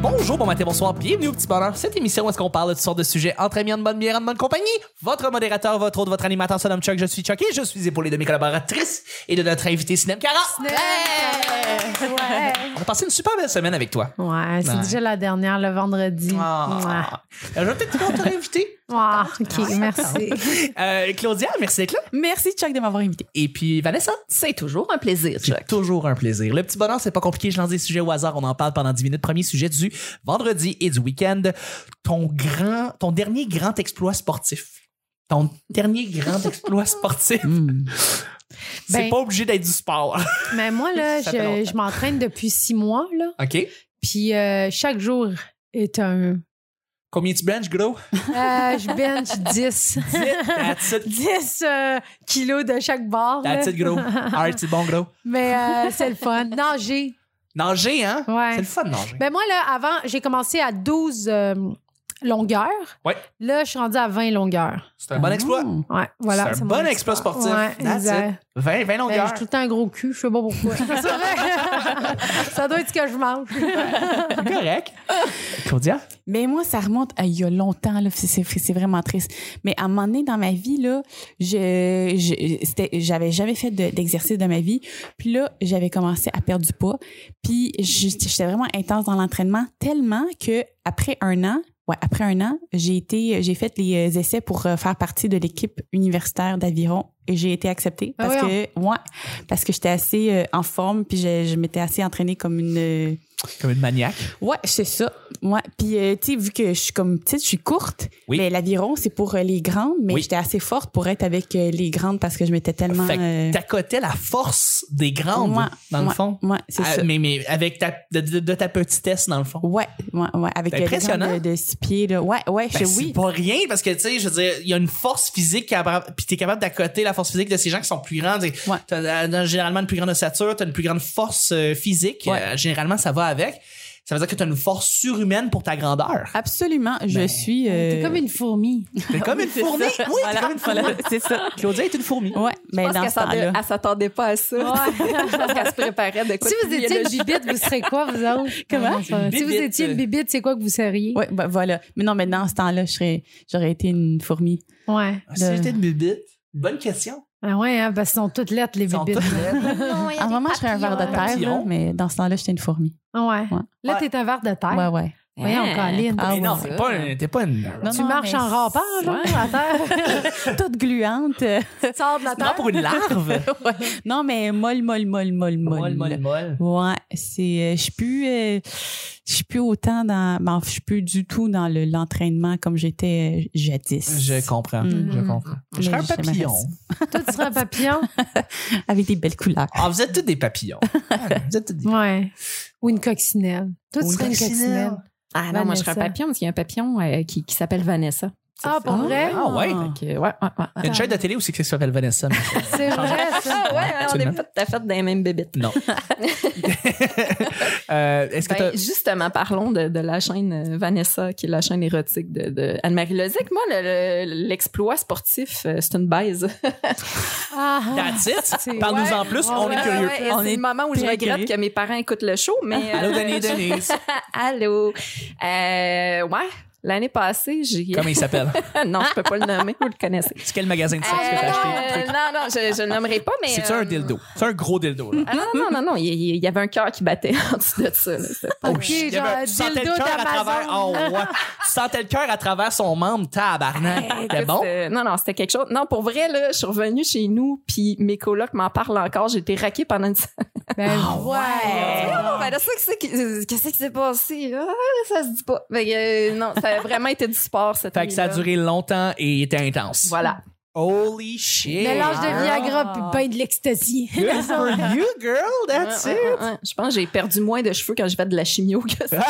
Bonjour, bon matin, bonsoir, bienvenue au Petit Bonheur. Cette émission où est-ce qu'on parle de toutes sortes de sujets entre amis, en bonne bière, en bonne compagnie. Votre modérateur, votre autre, votre animateur, son nom Chuck, je suis Chuck et je suis épaulé de mes collaboratrices et de notre invité Sinem Cara. Ouais, On a passé une super belle semaine avec toi. ouais c'est Ouais. déjà la dernière le vendredi. Ah. Euh, Je vais peut-être te réinviter. Ouais. Ah, ok, merci. Euh, Claudia, merci d'être là. Merci Chuck de m'avoir invité. Et puis Vanessa. C'est toujours un plaisir, C'est Chuck. toujours un plaisir. Le petit bonheur, c'est pas compliqué. Je lance des sujets au hasard. On en parle pendant 10 minutes. Premier sujet du vendredi et du week-end. Ton grand, ton dernier grand exploit sportif. Ton dernier grand exploit sportif. Mm. C'est Ben- pas obligé d'être du sport. Mais moi, là, Ça fait je, longtemps. je m'entraîne depuis six mois, là. OK. Puis euh, chaque jour est un. Combien tu benches, gros? Euh, je bench 10. That's it. 10 euh, kilos de chaque barre. là. That's it, gros. Alright, c'est bon, gros. Mais euh, c'est le fun. Nager. Nager, hein? Ouais. C'est le fun de nager. Ben moi, là, avant, j'ai commencé à 12 euh, longueurs. Ouais. Là, je suis rendue à 20 longueurs. C'est un Ah. bon exploit. Ouais, voilà. c'est un mon bon exploit sportif. Ouais, That's exact. it. 20, 20 Ben, longueurs. j'ai tout le temps un gros cul, je sais pas pourquoi. C'est vrai. ça doit être ce que je mange. C'est correct. Claudia? Mais moi, ça remonte à il y a longtemps, là. C'est- C'est c'est vraiment triste. Mais à un moment donné, dans ma vie, là, je, je- c'était- j'avais jamais fait de- d'exercice de ma vie. Puis là, j'avais commencé à perdre du poids. Puis je- j'étais vraiment intense dans l'entraînement, tellement que après un an, ouais, après un an, j'ai été, j'ai fait les essais pour euh, faire partie de l'équipe universitaire d'Aviron. Et j'ai été acceptée Ah parce que, ouais, parce que j'étais assez euh, en forme, puis je, je m'étais assez entraînée comme une, euh, Comme une maniaque. Ouais, c'est ça. Ouais. Puis, euh, tu sais, vu que je suis comme petite, je suis courte. Oui. Mais l'aviron, c'est pour euh, les grandes. Mais Oui. j'étais assez forte pour être avec euh, les grandes parce que je m'étais tellement. Fait que euh, t'accotais la force des grandes, Ouais, dans le fond. ouais, c'est Ah, ça. Mais, mais avec ta, de, de- de ta petitesse, dans le fond. Ouais, ouais, ouais. Avec C'est euh, les impressionnant. grandes de, de six pieds, là. Ouais, ouais, Ben, je- c'est oui. pas rien parce que tu sais je veux dire il y a une force physique capable puis t'es capable d'accoter la force physique de ces gens qui sont plus grands T'sais, Ouais. t'as euh, généralement une plus grande ossature t'as une plus grande force euh, physique Ouais. Euh, généralement ça va avec ça veut dire que t'as une force surhumaine pour ta grandeur Absolument. Je Ben, suis. euh, T'es comme une fourmi. t'es comme une c'est fourmi oui ça. t'es Voilà, comme une fourmi voilà, c'est ça. Claudia est une fourmi Ouais, mais Je pense dans qu'elle ce temps-là. s'attendait- elle s'attendait pas à ça. Je pense qu'elle se préparait de quoi si de vous plus étiez une biologique. bibite, vous serez quoi, vous autres? Comment? Non, ça va. Une Si vous bibite. étiez une bibite, c'est quoi que vous seriez? Ouais, ben, voilà. Mais non, mais dans ce temps-là, je serais- j'aurais été une fourmi. Ouais. si De- j'étais une bibite bonne question Ah ouais, hein, parce qu'ils sont toutes lettres, les Ils sont bibites. toutes laides. À un moment, je serais un ver de terre, là, Papillon. mais dans ce temps-là, j'étais une fourmi. Ah ouais. Ouais. Là, Ouais. t'es un verre de terre. Ouais, ouais. Voyons, Hein. Colline. Ah Mais ouais. non t'es pas un- t'es pas une Non, Tu non, marches mais en rampant, là, à terre. Toute gluante. tu sors de la non terre. pour une larve Ouais. Non, mais molle, molle, molle, molle, molle. molle molle molle Ouais, c'est. euh, je suis plus. euh, je suis plus autant dans. ben, je suis plus du tout dans le- l'entraînement comme j'étais euh, jadis. je comprends Mm. je comprends je serais un Mais j'aimerais papillon Toi, tu serais un papillon. ça. Avec des belles couleurs. ah vous êtes tous des papillons Ah, vous êtes tous des Ouais. Ou une coccinelle. Toi, tu Ou une serais une coccinelle. coccinelle. Ah non, moi je serais un Vanessa. papillon parce qu'il y a un papillon euh, qui, qui s'appelle Vanessa. Ah, pour vrai? Ah ouais. Fait que, ouais, ouais, ouais, Il y a ouais. une chaîne de télé aussi qui s'appelle Vanessa. mais- C'est vrai, ça. Ah ouais, on Absolument. n'est pas tout à fait dans les mêmes bébites. Non. Euh, Est-ce que Ben, justement, parlons de, de la chaîne euh, Vanessa, qui est la chaîne érotique de, de Anne-Marie Lozic. Moi, le- le- l'exploit sportif, euh, c'est une baise. Ah, ah. t'as That's it. C'est- Parle-nous en plus, ouais, on ouais, est curieux. Ouais, et On c'est est le moment où je très regrette curieux. que mes parents écoutent le show, mais. euh, Allô, Denis Denise. Allô. Euh, ouais, l'année passée, j'ai. Comment il s'appelle? non, je peux pas le nommer, vous le connaissez. C'est quel magasin de sexe que Euh, t'as acheté? le truc? non, non, je, je le nommerai pas, mais. C'est-tu un euh, dildo? C'est un gros dildo. là. Ah, non, non, non, non, il, il- il y avait un cœur qui battait en dessous de ça. là. C'était pas- Oh, shit. Il y avait un- genre, tu sentais le dildo cœur à d'Amazon. travers. Oh, ouais. Tu sentais le cœur à travers son membre, tabarnak. C'était Ah, bon? C'était- Non, non, c'était quelque chose. Non, pour vrai, là, je suis revenue chez nous, puis mes colocs m'en parlent encore. J'ai été raquée pendant une semaine. Ben, Oh. Ouais. Non, ben là, ça, qu'est-ce qui euh, qu'est-ce qui s'est passé? Ah, ça se dit pas. Fait que, euh, non, ça a vraiment été du sport, cette Fait que ça a nuit-là. duré longtemps et était intense. Hein? Voilà. Holy shit. Mélange de Viagra puis Ah. pain de l'ecstasy. Good for you, girl. That's Ouais, it. ouais, ouais, ouais. Je pense que j'ai perdu moins de cheveux quand j'ai fait de la chimio que ça.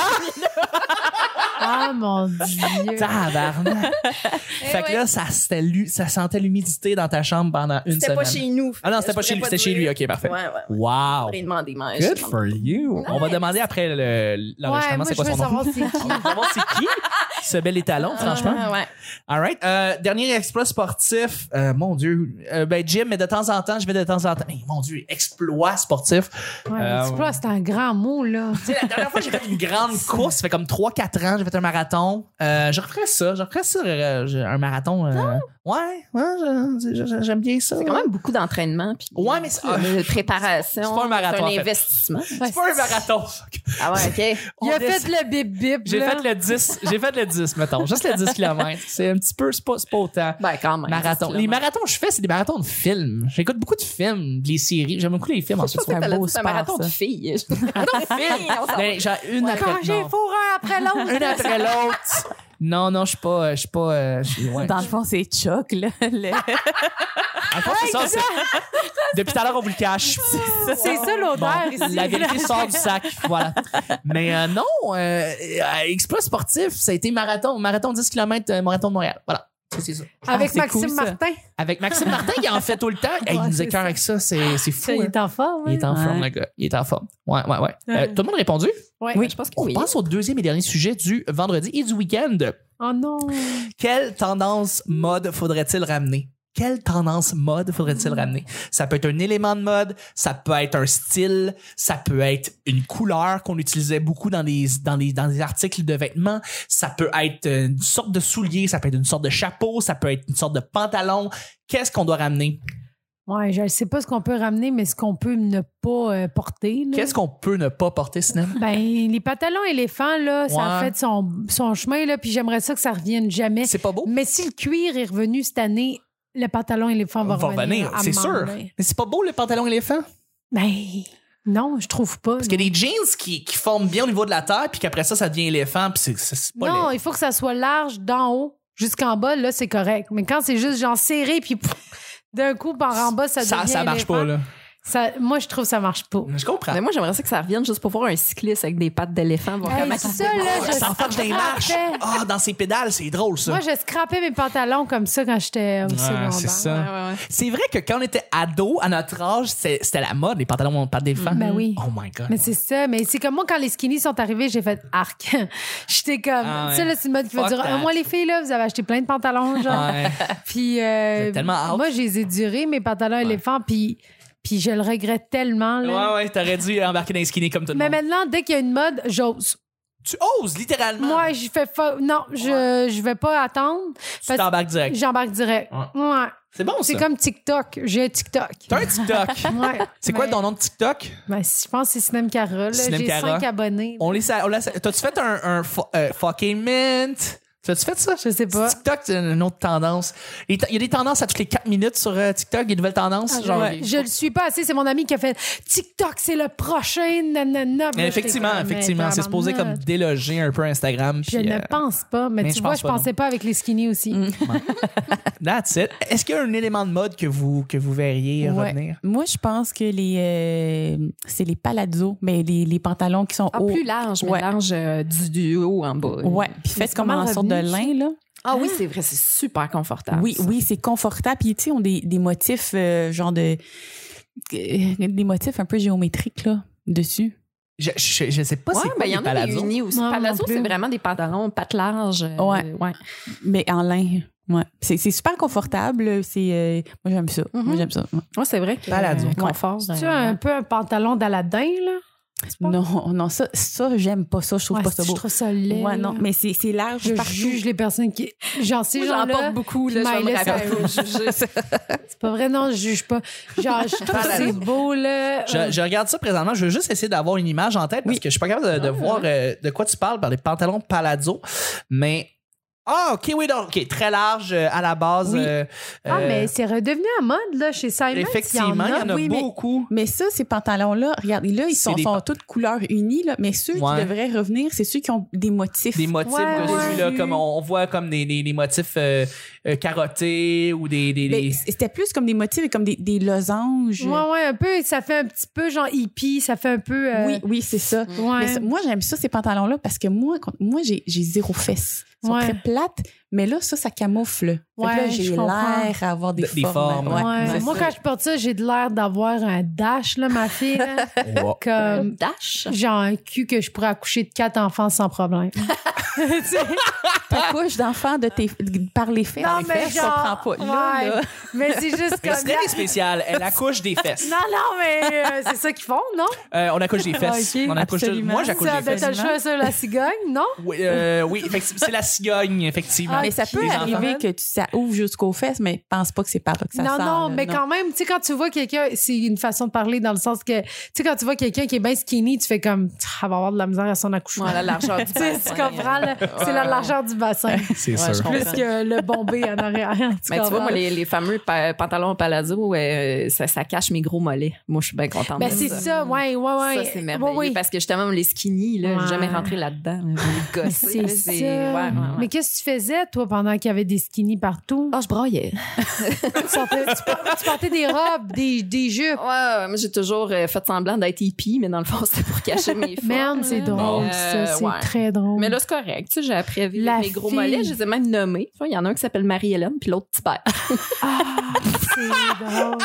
Ah mon dieu. Tabarnak. fait que Eh ouais. là, ça, c'était lu- ça sentait l'humidité dans ta chambre pendant une C'était semaine. pas chez nous. Ah non, c'était Je pas chez lui, pourrais c'était chez lui. dire. Ok, parfait. Ouais, ouais, ouais. Wow. J'ai demandé, mais Good je- for you. On va demander après le- Ouais, l'enregistrement, moi c'est je quoi veux son nom? savoir c'est qui. On va savoir c'est qui? qui se belle les talons, franchement. Ah, ouais. All right. Euh, dernier exploit sportif. Euh, mon Dieu. Euh, ben, Jim, mais de temps en temps, je vais de temps en temps. Hey, mon Dieu, exploit sportif. Ouais, Euh, mais tu vois, c'est un grand mot, là. Tu sais, la dernière fois, j'ai fait une grande course. Ça fait comme 3-4 ans, j'ai fait un marathon. Euh, je referais ça. Je referais ça, euh, j'ai un marathon. euh, ouais, ouais, je- je- je- j'aime bien ça. C'est quand même beaucoup d'entraînement. Puis Ouais, mais c'est- de préparation. C'est pas un marathon, en C'est fait. un investissement. C'est pas un marathon. Ah ouais, OK. Il a On laisse- fait le bip-bip. J'ai là. fait le 10, j'ai fait le 10, mettons. Juste le 10 km. C'est un petit peu, c'est pas, c'est pas autant. Ben, quand même. Marathon. Les marathons que je fais, c'est des marathons de films. J'écoute beaucoup de films, des séries. J'aime beaucoup les films en ce C'est un un beau beau sport, marathon ça. de filles. marathon de filles. on s'en va. Ben, genre, une après Quand j'ai non. fourré un après l'autre. Une après l'autre. Non, non, je suis pas. euh, Je suis pas. euh, je suis- ouais. Ah. Dans le fond, c'est Chuck, là. Le- En fait, c'est ça, c'est- Depuis tout à l'heure, on vous le cache. C'est ça Bon, l'odeur ici. la vérité sort du sac. Voilà. Mais euh, non, euh, euh, exploit sportif, ça a été marathon. Marathon 10 km, euh, marathon de Montréal. Voilà. Ça, C'est ça. Avec Ah, c'est Maxime cool, ça. Martin. Avec Maxime Martin qui en fait tout le temps. Hey, il Ouais, nous c'est écœure avec ça. C'est c'est fou. Ça, il hein. est en forme. Il est en Ouais. forme, le gars. Il est en forme. Ouais, ouais, ouais. Euh, tout le monde a répondu? Ouais. Je pense que On oui. passe au deuxième et dernier sujet du vendredi et du week-end. Oh non. Quelle tendance mode faudrait-il ramener? Quelle tendance mode faudrait-il ramener? Ça peut être un élément de mode, ça peut être un style, ça peut être une couleur qu'on utilisait beaucoup dans les, dans les, dans les articles de vêtements, ça peut être une sorte de soulier, ça peut être une sorte de chapeau, ça peut être une sorte de pantalon. Qu'est-ce qu'on doit ramener? Ouais, je ne sais pas ce qu'on peut ramener, mais ce qu'on peut ne pas euh, porter. là. Qu'est-ce qu'on peut ne pas porter, Sinem? Ben, les pantalons éléphants, là, ça a Ouais. fait son, son chemin, là, puis j'aimerais ça que ça revienne jamais. C'est pas beau? Mais si le cuir est revenu cette année, le pantalon éléphant va, Va revenir. revenir, à c'est m'en sûr. venir. Mais c'est pas beau le pantalon éléphant? Ben, non, je trouve pas. Parce qu'il y a des jeans qui, qui forment bien au niveau de la terre, puis qu'après ça, ça devient éléphant, puis c'est- c'est c'est pas laid. Non, il faut que ça soit large d'en haut jusqu'en bas, là, c'est correct. Mais quand c'est juste genre serré, puis pff, d'un coup, par en bas, ça devient. ça, ça marche éléphant, pas, là. ça- moi, je trouve que ça marche pas. Je comprends. Mais Ben, moi, j'aimerais ça que ça revienne juste pour voir un cycliste avec des pattes d'éléphant. voir Hey, comment ça, il se là, débrouille. je- ça enfarge des marches. Parfait. Ah, dans ses pédales, c'est drôle, ça. Moi, j'ai scrappé mes pantalons comme ça quand j'étais au Ouais, secondaire. c'est Ouais, ça. ouais, ouais. C'est vrai que quand on était ado, à notre âge, c'est- c'était la mode, les pantalons en pattes d'éléphant. Ben oui. Oh my God. Mais c'est ça. Mais c'est comme moi, quand les skinny sont arrivés, j'ai fait arc. J'étais comme, Ah ouais. ça, là, c'est une mode qui va Fuck durer that. un mois, les filles, là, vous avez acheté plein de pantalons, genre. Ouais. Puis, euh, Vous êtes tellement out. moi, je les ai durés, mes pantalons éléphants, puis, puis je le regrette tellement, là. ouais, ouais, t'aurais dû embarquer dans les skinny comme tout le Mais monde. maintenant, dès qu'il y a une mode, j'ose. Tu oses, littéralement. Moi, je fais fa- Non, je, je vais pas attendre. tu parce- t'embarques direct. J'embarque direct. Ouais. Ouais. C'est bon, C'est ça. comme TikTok. J'ai un TikTok. T'as un TikTok. Ouais. C'est quoi Mais- ton nom de TikTok? Ben, si- je pense que c'est Sinem Cara. là. Sinem J'ai Cara. 5 abonnés. On les sa- on la sa- T'as-tu fait un, un fo- euh, fucking mint? T'as-tu fait ça? Je sais pas. TikTok, c'est une autre tendance. Il y a des tendances à toutes les 4 minutes sur euh, TikTok, il y a des nouvelles tendances. genre, Ah, Ouais. Je le suis pas assez. C'est mon ami qui a fait TikTok, c'est le prochain. Nanana. Puis là, Mais effectivement, j'étais comme, effectivement. mais C'est supposé comme tabarnak. déloger un peu Instagram. Je puis, ne euh, pense pas, mais, mais tu je vois, pense je pas, non. pensais pas avec les skinny aussi. That's it. Est-ce qu'il y a un élément de mode que vous, que vous verriez Ouais. revenir? Moi, je pense que les euh, c'est les palazzo, mais les, les pantalons qui sont Ah, hauts. plus large, mais Ouais. large euh, du, du haut en bas. Ouais, puis faites c'est comme en vraiment sorte de revenu, lin là. Ah oui, c'est vrai, c'est super confortable. Oui, oui, c'est confortable. Puis, tu sais, ils ont des, des motifs, euh, genre de. euh, Des motifs un peu géométriques, là, dessus. Je, je, je sais pas Ouais, c'est quoi ben, il y les en a des palazzo. unis aussi. Moi, non palazzo, plus. c'est vraiment des pantalons pattes larges. euh, Ouais. ouais. Mais en lin. Ouais. C'est c'est super confortable. C'est. euh, moi, j'aime ça. Mhm. Mm-hmm. Moi, j'aime ça. ouais. Ouais, c'est vrai. Que, Palazzo. euh, confort. Tu euh, as un peu un pantalon d'Aladin, là? pas- Non, non, ça, ça j'aime pas ça. Je trouve Ouais, pas ça je beau. trouve ça laid, Ouais, non, là. mais c'est c'est large Je partout. juge les personnes qui. Genre, ces Moi, J'en gens-là. porte beaucoup, puis là, je vais me Maëlys, rappeler. Je- C'est pas vrai, non, je juge pas. Genre, je trouve que c'est beau, là. Euh, Je, euh, je regarde ça présentement. Je veux juste essayer d'avoir une image en tête parce que je suis pas capable de, de voir euh, de quoi tu parles par les pantalons palazzo. Mais. Ah, ok, oui, donc, ok. Très large euh, à la base. Oui. euh, Ah, euh, mais c'est redevenu en mode, là, chez Simon. Effectivement, il y en a oui, mais- beaucoup. Mais ça, ces pantalons-là, regardez, là, ils C'est sont, des sont pan- toutes couleurs unies, là, mais ceux Ouais. qui devraient revenir, c'est ceux qui ont des motifs. Des motifs Ouais, dessus, ouais. là, comme on, on voit comme des, des- des motifs euh, euh, carottés ou des. des, Mais des- C'était plus comme des motifs, comme des, des losanges. Ouais, ouais, un peu. Ça fait un petit peu, genre, hippie. Ça fait un peu. euh, Oui, oui, c'est ça. Ouais. Mais ça- moi, j'aime ça, ces pantalons-là, parce que moi, quand- moi j'ai j'ai zéro fesse. Ils sont Ouais. très plates, mais là, ça, ça camoufle. Fait que là, Ouais, j'ai je comprends. l'air à avoir des, Des formes. formes. Ouais, Ouais. c'est Moi, ça. quand je porte ça, j'ai de l'air d'avoir un dash, là, ma fille. là. Wow. comme, Dash. j'ai un cul que je pourrais accoucher de quatre enfants sans problème. Tu sais, Ta couche d'enfant de tes, par les fesses. non, les mais fesses, genre. je comprends pas. Là, ouais. là, Mais c'est juste Mais comme. c'est spécial. Elle accouche des fesses. Non, non, mais euh, c'est ça qu'ils font, non? Euh, on accouche des fesses. Ok, on accouche de- absolument. Moi, j'accouche Ça, des ben, fesses. t'as le choix sur la cigogne, non? Oui, euh, oui, effectivement, c'est la cigogne, effectivement. Ah, mais ça peut Les arriver enfants. que tu, ça ouvre jusqu'aux fesses, mais pense pas que c'est par là que ça non, sort, non, là, mais quand même, tu sais, quand tu vois quelqu'un, c'est une façon de parler dans le sens que, tu sais, quand tu vois quelqu'un qui est bien skinny, tu fais comme, Ah, elle va avoir de la misère à son accouchement. Ouais, la largeur du Tu sais, tu comprends, là, c'est la largeur du bassin. C'est Ouais, je comprends. Plus que le bombé en arrière. Mais tu vois, comprends? moi, les, les fameux pa- pantalons palazzo, euh, ça, ça cache mes gros mollets. Moi, je suis bien contente. Ben, de c'est ça. ça, ouais, ouais, ouais. Ça, c'est merveilleux. Ouais, ouais. Parce que justement, les skinny, là, Ouais. j'ai jamais rentré là-dedans. là. Je vais les gosser, C'est ça. là, ouais, ouais, ouais. Mais oh, qu'est-ce que tu faisais, toi, pendant qu'il y avait des skinny partout? Ah, je braillais. tu, portais, tu portais- tu portais des robes, des, des jupes. Ouais, ouais, moi, j'ai toujours euh, fait semblant d'être hippie, mais dans le fond, c'était pour cacher mes formes. Merde, c'est là. drôle, Oh, Mais, ça. euh, C'est ouais. très drôle. Mais là, c'est correct. Tu sais, j'ai appris à vivre La avec mes gros fille. mollets. Je les ai même nommés. Tu vois, Il y en a un qui s'appelle Marie-Hélène, puis l'autre Tibère. Ah, c'est drôle.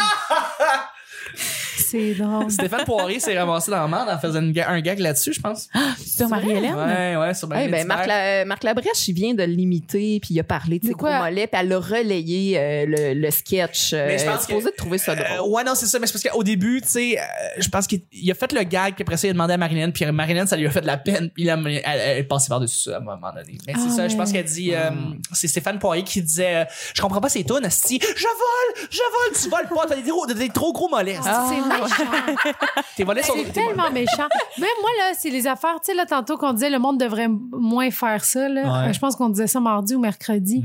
C'est drôle. Stéphane Poirier s'est ramassé dans la merde en faisant une ga- un gag là-dessus, je pense. Sur Marie-Hélène? Ouais, ouais, sur Ouais, Marie ben, Marc, La- Marc Labrèche, il vient de l'imiter, puis il a parlé de Mais ses gros quoi? mollets, puis elle a relayé euh, le, le sketch. Mais je euh, pense supposé de trouver ça drôle. Euh, ouais, non, c'est ça, mais c'est parce qu'au début, tu sais, euh, je pense qu'il il a fait le gag, puis après ça, il a demandé à Marilyn, puis Marilyn, ça lui a fait de la peine, puis il a, elle, elle est passée par-dessus ça à un moment donné. Mais c'est Ah, ça, je pense ouais. qu'elle dit, euh, c'est Stéphane Poirier qui disait, euh, je comprends pas ces tunes, si je vole, je vole, tu voles pas, t'as des, gros- des trop gros mollets. esti. Ah, c'est méchant. Tes volets sont C'est tes mollets. tellement méchant. Même moi, là, c'est les affaires. Tu sais, là, tantôt qu'on disait le monde devrait m- moins faire ça, là. Ouais. Mm-hmm. Je pense qu'on disait ça mardi ou mercredi.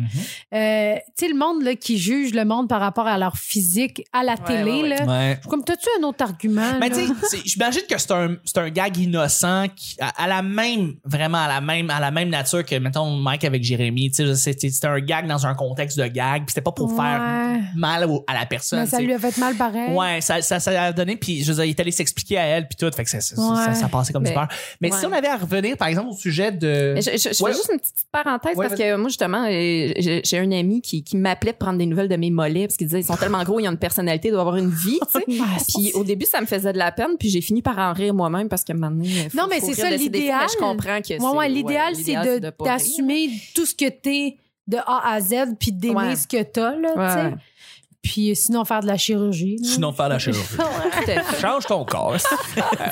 Euh, tu sais, le monde, là, qui juge le monde par rapport à leur physique à la télé, ouais, ouais. là. Ouais. Je suis Comme, t'as-tu un autre argument? Mais là? tu sais, c'est- j'imagine que c'est un, c'est un gag innocent qui, à, à la même, vraiment à la même, à la même nature que, mettons, Mike avec Jérémy. Tu sais, c'était c'était un gag dans un contexte de gag, puis c'était pas pour Ouais. faire mal au- à la personne. Mais ça tu sais. lui a fait mal pareil. Ouais, ça, ça, ça a donné, puis je veux dire, il est allé s'expliquer à elle, puis tout, fait que ça, ça, Ouais. ça, ça passait comme du Mais- beurre. Mais si ouais. on avait à revenir, par exemple, au sujet de... Mais Je, je- je Ouais. fais juste une petite petite parenthèse Ouais, parce que moi, justement, euh, j'ai j'ai un ami qui, qui m'appelait pour prendre des nouvelles de mes mollets parce qu'il disait ils sont tellement gros, ils ont une personnalité, ils doivent avoir une vie, tu sais. Ah, Puis au début, ça me faisait de la peine, puis j'ai fini par en rire moi-même parce que maintenant. faut- Non, mais faut c'est rire ça, de ses défauts, l'idéal. mais Je comprends que Ouais, c'est- ouais, l'idéal, ouais, c'est l'idéal, de pas rire. d'assumer tout ce que t'es de A à Z, puis d'aimer Ouais. ce que t'as, là, Ouais, tu sais. ouais. Puis euh, sinon, faire de la chirurgie. là. Sinon, faire la chirurgie. hein, Tout à fait. Change ton corps.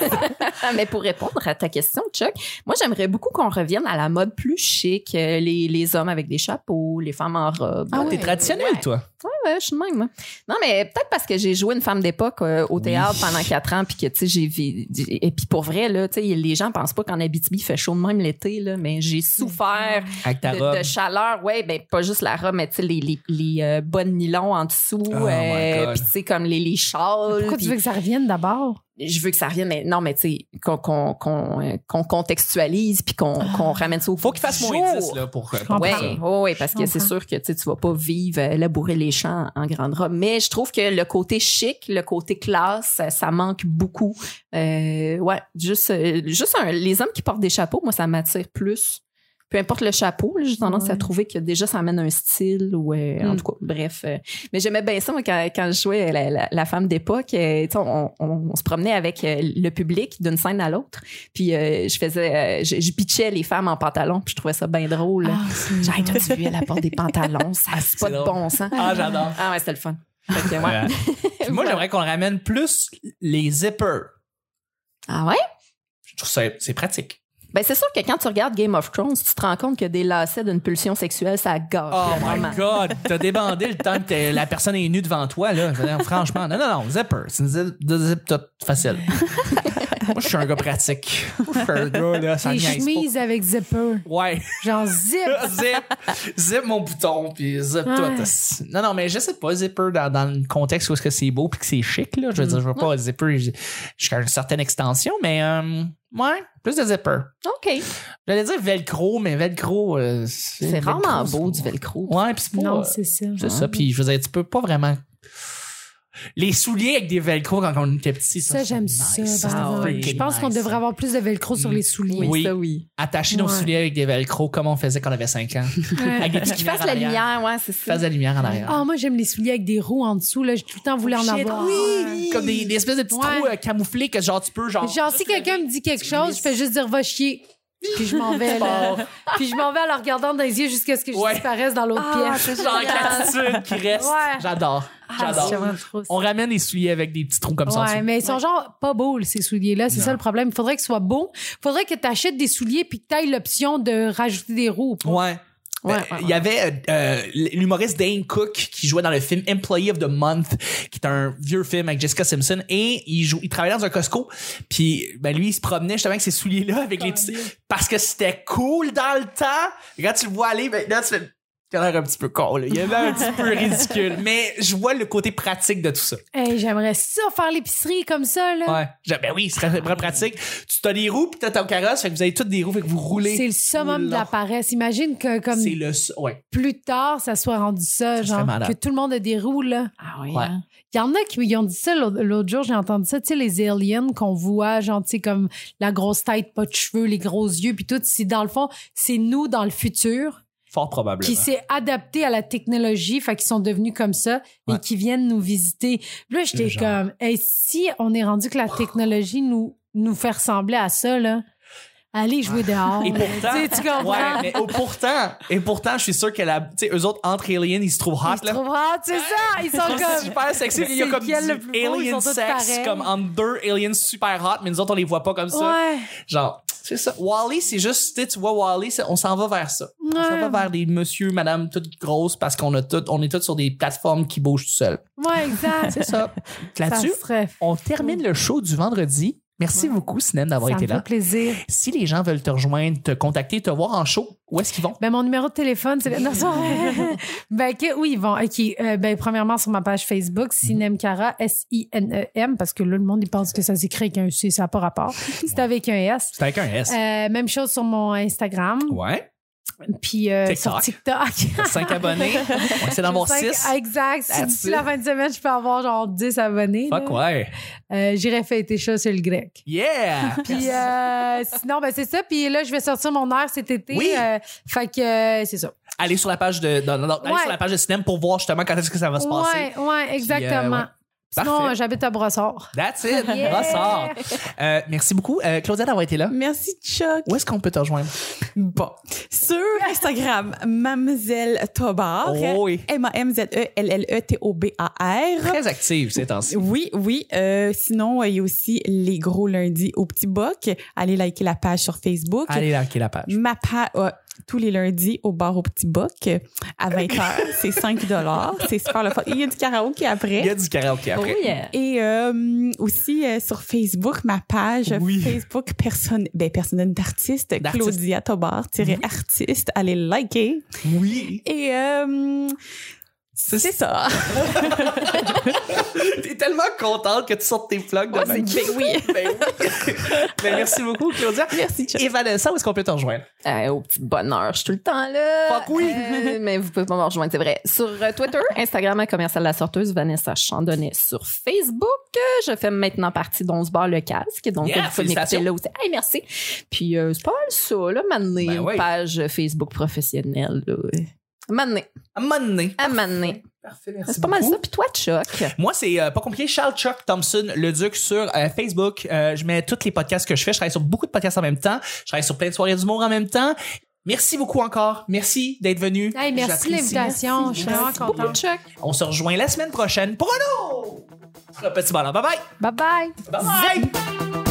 mais pour répondre à ta question, Chuck, moi j'aimerais beaucoup qu'on revienne à la mode plus chic, euh, les, les hommes avec des chapeaux, les femmes en robe. Ah T'es ouais. traditionnel, toi. Ouais, je suis de même. moi. Non, mais peut-être parce que j'ai joué une femme d'époque euh, au théâtre pendant quatre ans, puis que, tu sais, j'ai... vi- Et puis pour vrai, là, tu sais, les gens pensent pas qu'en Abitibi, il fait chaud de même l'été, là, mais j'ai Mm-hmm. souffert Avec ta robe. de, de chaleur. Ouais, ben pas juste la robe, mais tu sais, les, les, les euh, bonnes nylons en dessous, Oh my God. puis tu sais, comme les, les châles. Pourquoi tu puis- veux que ça revienne d'abord? je veux que ça revienne, mais non, mais tu sais, qu'on qu'on- qu'on, euh, qu'on contextualise puis qu'on qu'on ramène ça au Faut qu'il fasse du moins jour. 10, là, pour, pour Ouais, ça. ouais, ouais, parce Je que c'est comprends. sûr que tu sais, tu vas pas vivre euh, labourer les champs en grande robe. Mais je trouve que le côté chic, le côté classe, ça, ça manque beaucoup. Euh, ouais, juste, euh, juste un- les hommes qui portent des chapeaux, moi, ça m'attire plus. Peu importe le chapeau, là, j'ai tendance à Ouais. trouver que déjà ça amène un style ou euh, en Mm. tout cas, bref. euh, mais j'aimais bien ça, moi, quand, quand je jouais la, la- la femme d'époque. euh, tu sais, on, on- on se promenait avec euh, le public d'une scène à l'autre. Puis euh, je faisais, euh, je, je bitchais les femmes en pantalon. Puis je trouvais ça bien drôle. Ah, c'est- J'ai toi, tu lui, elle apporte des pantalons, ça n'a pas Ah, c'est de drôle. bon sens. Ah, j'adore. Ah ouais, c'était le fun. Fait que, ouais. Ouais. Puis moi, j'aimerais qu'on ramène plus les zippers. Ah ouais? Je trouve ça c'est pratique. Ben c'est sûr que quand tu regardes Game of Thrones, tu te rends compte que des lacets d'une pulsion sexuelle, ça gâche. Oh le my moment. God! T'as débandé le temps que t'es- la personne est nue devant toi, là. Je veux dire, franchement, non, non, non, zipper. C'est une zip, deux zip top facile. Moi, je suis un gars pratique. Je suis un gars, là, ça Des niaise pas. chemises avec zipper. Ouais. Genre zip. zip, zip mon bouton, puis zip Ouais. tout. Non, non, mais je sais pas, zipper, dans, dans le contexte où est-ce que c'est beau puis que c'est chic, là. Je veux dire, je veux pas zipper j- jusqu'à une certaine extension, mais euh, ouais, plus de zipper. OK. J'allais dire velcro, mais velcro. euh, C'est velcro, rarement c'est beau pas- du velcro. Ouais, puis c'est pas. Non, euh, c'est ça. c'est ça. Puis je veux dire, tu peux pas vraiment. Les souliers avec des velcro quand on était petit, ça. Ça, j'aime ça. nice. Ah par c'est exemple. freaking Je pense qu'on nice. devrait avoir plus de velcro sur Mm. les souliers. Oui. ça oui. Attacher nos Ouais. souliers avec des velcro comme on faisait quand on avait 5 ans. Ouais. avec des Puis petites qu'il lumières fasse en la arrière. lumière, ouais, c'est ça. Fasse la lumière en arrière. Ah, moi, j'aime les souliers avec des roues en dessous. là. J'ai tout le temps voulu en Shit, avoir. oui! Comme des, des espèces de petits Ouais. trous euh, camouflés que genre tu peux genre. Genre, si quelqu'un me dit quelque chose, je fais juste dire va chier. Puis je m'en vais, là. Puis je m'en vais en la regardant dans les yeux jusqu'à ce que je Ouais. disparaisse dans l'autre Ah, pièce. Genre avec l'attitude qui reste. Ouais. J'adore. Ah, J'adore. j'aime trop ça. On ramène les souliers avec des petits trous comme ça. en Ouais, dessous. mais ils sont genre pas beaux, ces souliers-là. C'est Non. ça le problème. Il faudrait qu'ils soient beaux. Il faudrait que tu achètes des souliers puis que tu ailles l'option de rajouter des roues. Ouais. Ouais, Euh, ouais, Il y avait euh, euh, l'humoriste Dane Cook qui jouait dans le film Employee of the Month, qui est un vieux film avec Jessica Simpson, et il joue, il travaillait dans un Costco, puis ben lui il se promenait justement avec ces souliers-là, avec les petits, parce que c'était cool dans le temps. Et Quand tu le vois aller, ben là tu fais, t'as l'air un petit peu con, là. il est un petit peu ridicule, mais je vois le côté pratique de tout ça. Hey, j'aimerais ça faire l'épicerie comme ça, là. Ouais, Je- ben oui, c'est très pratique. Tu t'as des roues, puis t'as ton carrosse, fait que vous avez toutes des roues, fait que vous roulez. C'est le summum Tout de la long. paresse. Imagine que comme C'est le, s- ouais. plus tard, ça soit rendu Ça ça, serait genre malade. que tout le monde a des roues là. Ah oui. Ouais. hein. Il y en a qui ils ont dit ça l'autre l'autre jour, j'ai entendu ça, tu sais les aliens qu'on voit, genre tu sais comme la grosse tête, pas de cheveux, les gros yeux puis tout, si dans le fond, c'est nous dans le futur Fort probablement. qui s'est adapté à la technologie, fait qu'ils sont devenus comme ça Ouais. et qui viennent nous visiter. Là, j'étais Le genre. comme et si on est rendu que la technologie nous nous fait ressembler à ça là. Allez jouer dehors. Et là. pourtant- Oh, Tu sais, tu comprends? Ouais, mais au- pourtant, et pourtant, je suis sûr que la, tu sais, eux autres, entre aliens, ils se trouvent hot, Ils se là. Ah, trouvent hot, c'est ça! Ils sont Ils sont comme. super sexy. Il y a C'est comme lequel du le plus beau, ils alien sont tous sex, pareils. comme entre deux aliens super hot, mais nous autres, on les voit pas comme ça. Ouais. Genre, c'est ça. Wally, c'est juste, tu sais, tu vois, Wally, c'est- on s'en va vers ça. On s'en Ouais. va vers des monsieur, madame, toutes grosses, parce qu'on a tout, on est tous sur des plateformes qui bougent tout seuls. Ouais, exact. C'est ça. Ça Là-dessus, serait. on termine le show du vendredi. Merci Ouais. beaucoup, Sinem, Ça d'avoir me été fait là. plaisir. Si les gens veulent te rejoindre, te contacter, te voir en show, où est-ce qu'ils vont? Ben, mon numéro de téléphone, c'est. Non, c'est vrai. ben, que, oui, bon, OK. Euh, ben, premièrement, sur ma page Facebook, Sinem Cara, S-I-N-E-M, E parce que là, le monde, il pense que ça s'écrit avec un C, ça n'a pas rapport. C'est avec un S. C'est avec un S. Euh, même chose sur mon Instagram, Ouais. puis euh, sur TikTok. 5 abonnés. Ouais, c'est dans mon Cinq- 6. Exact. Si That's d'ici la it. fin de semaine, je peux avoir genre 10 abonnés. Fuck là, ouais. euh, J'irai fêter ça sur le grec. Yeah! Puis euh, sinon, ben c'est ça. Puis là, je vais sortir mon air cet été. Oui. Euh, fait que euh, c'est ça. allez sur la page de, non, non, non, allez Ouais. sur la page de cinéma pour voir justement quand est-ce que ça va se passer. Ouais, ouais, exactement. Puis, euh, ouais. Sinon, Parfait. euh, j'habite à Brossard. That's it. Yeah. Ressort. Euh, merci beaucoup, Euh, Claudia, d'avoir été là. Merci, Chuck. Où est-ce qu'on peut te rejoindre? Bon. Sur Instagram, Mamzelle Ah, Tobar. Oh oui. E M-A-M-Z-E-L-L-E-T-O-B-A-R. Très active ces temps-ci. Oui, oui. Euh, sinon, euh, il y a aussi les gros lundis au petit boc. Allez liker la page sur Facebook. Allez liker la page. Ma page. tous les lundis au bar au petit boc euh, à 20h. c'est 5 C'est super le fun. Il y a du karaoké Il y a après. du karaoké après. Oh, yeah. Et euh, aussi euh, sur Facebook, ma page Oui. Facebook personne, ben, personnelle d'artiste, D'artiste. Claudia Tobar-artiste. Allez liker. Oui. Et euh, C'est- c'est ça. T'es tellement contente que tu sortes tes plugs Oh, de Ben Maggie. oui. Ben oui. Ben merci beaucoup, Claudia. Merci, Chuck. Et Vanessa, où est-ce qu'on peut te rejoindre? Euh, au petit bonheur, je suis tout le temps là. Fuck oui. Euh, mais vous pouvez pas me rejoindre, c'est vrai. Sur euh, Twitter, Instagram, à commercial la sorteuse, Vanessa Chandonnet. Sur Facebook, euh, je fais maintenant partie d'Once Bar le casque, donc Yeah, vous pouvez m'écouter félicitations. là aussi. Hey, merci. Puis euh, c'est pas mal ça là, m'amener Ben une oui. page Facebook professionnelle. Là. M'amener, À un moment donné. Ah. à m'amener. Parfait, merci C'est pas mal beaucoup. ça. Puis toi, Chuck. Moi, c'est euh, pas compliqué. Charles Chuck Thompson, le Duc, sur euh, Facebook. Euh, je mets tous les podcasts que je fais. Je travaille sur beaucoup de podcasts en même temps. Je travaille sur plein de soirées d'humour en même temps. Merci beaucoup encore. Merci d'être venu. Hey, merci J'apprécie. de l'invitation. Je suis vraiment contente. Chuck. On se rejoint la semaine prochaine pour un autre petit bonheur. Bye bye. Bye bye. Bye bye.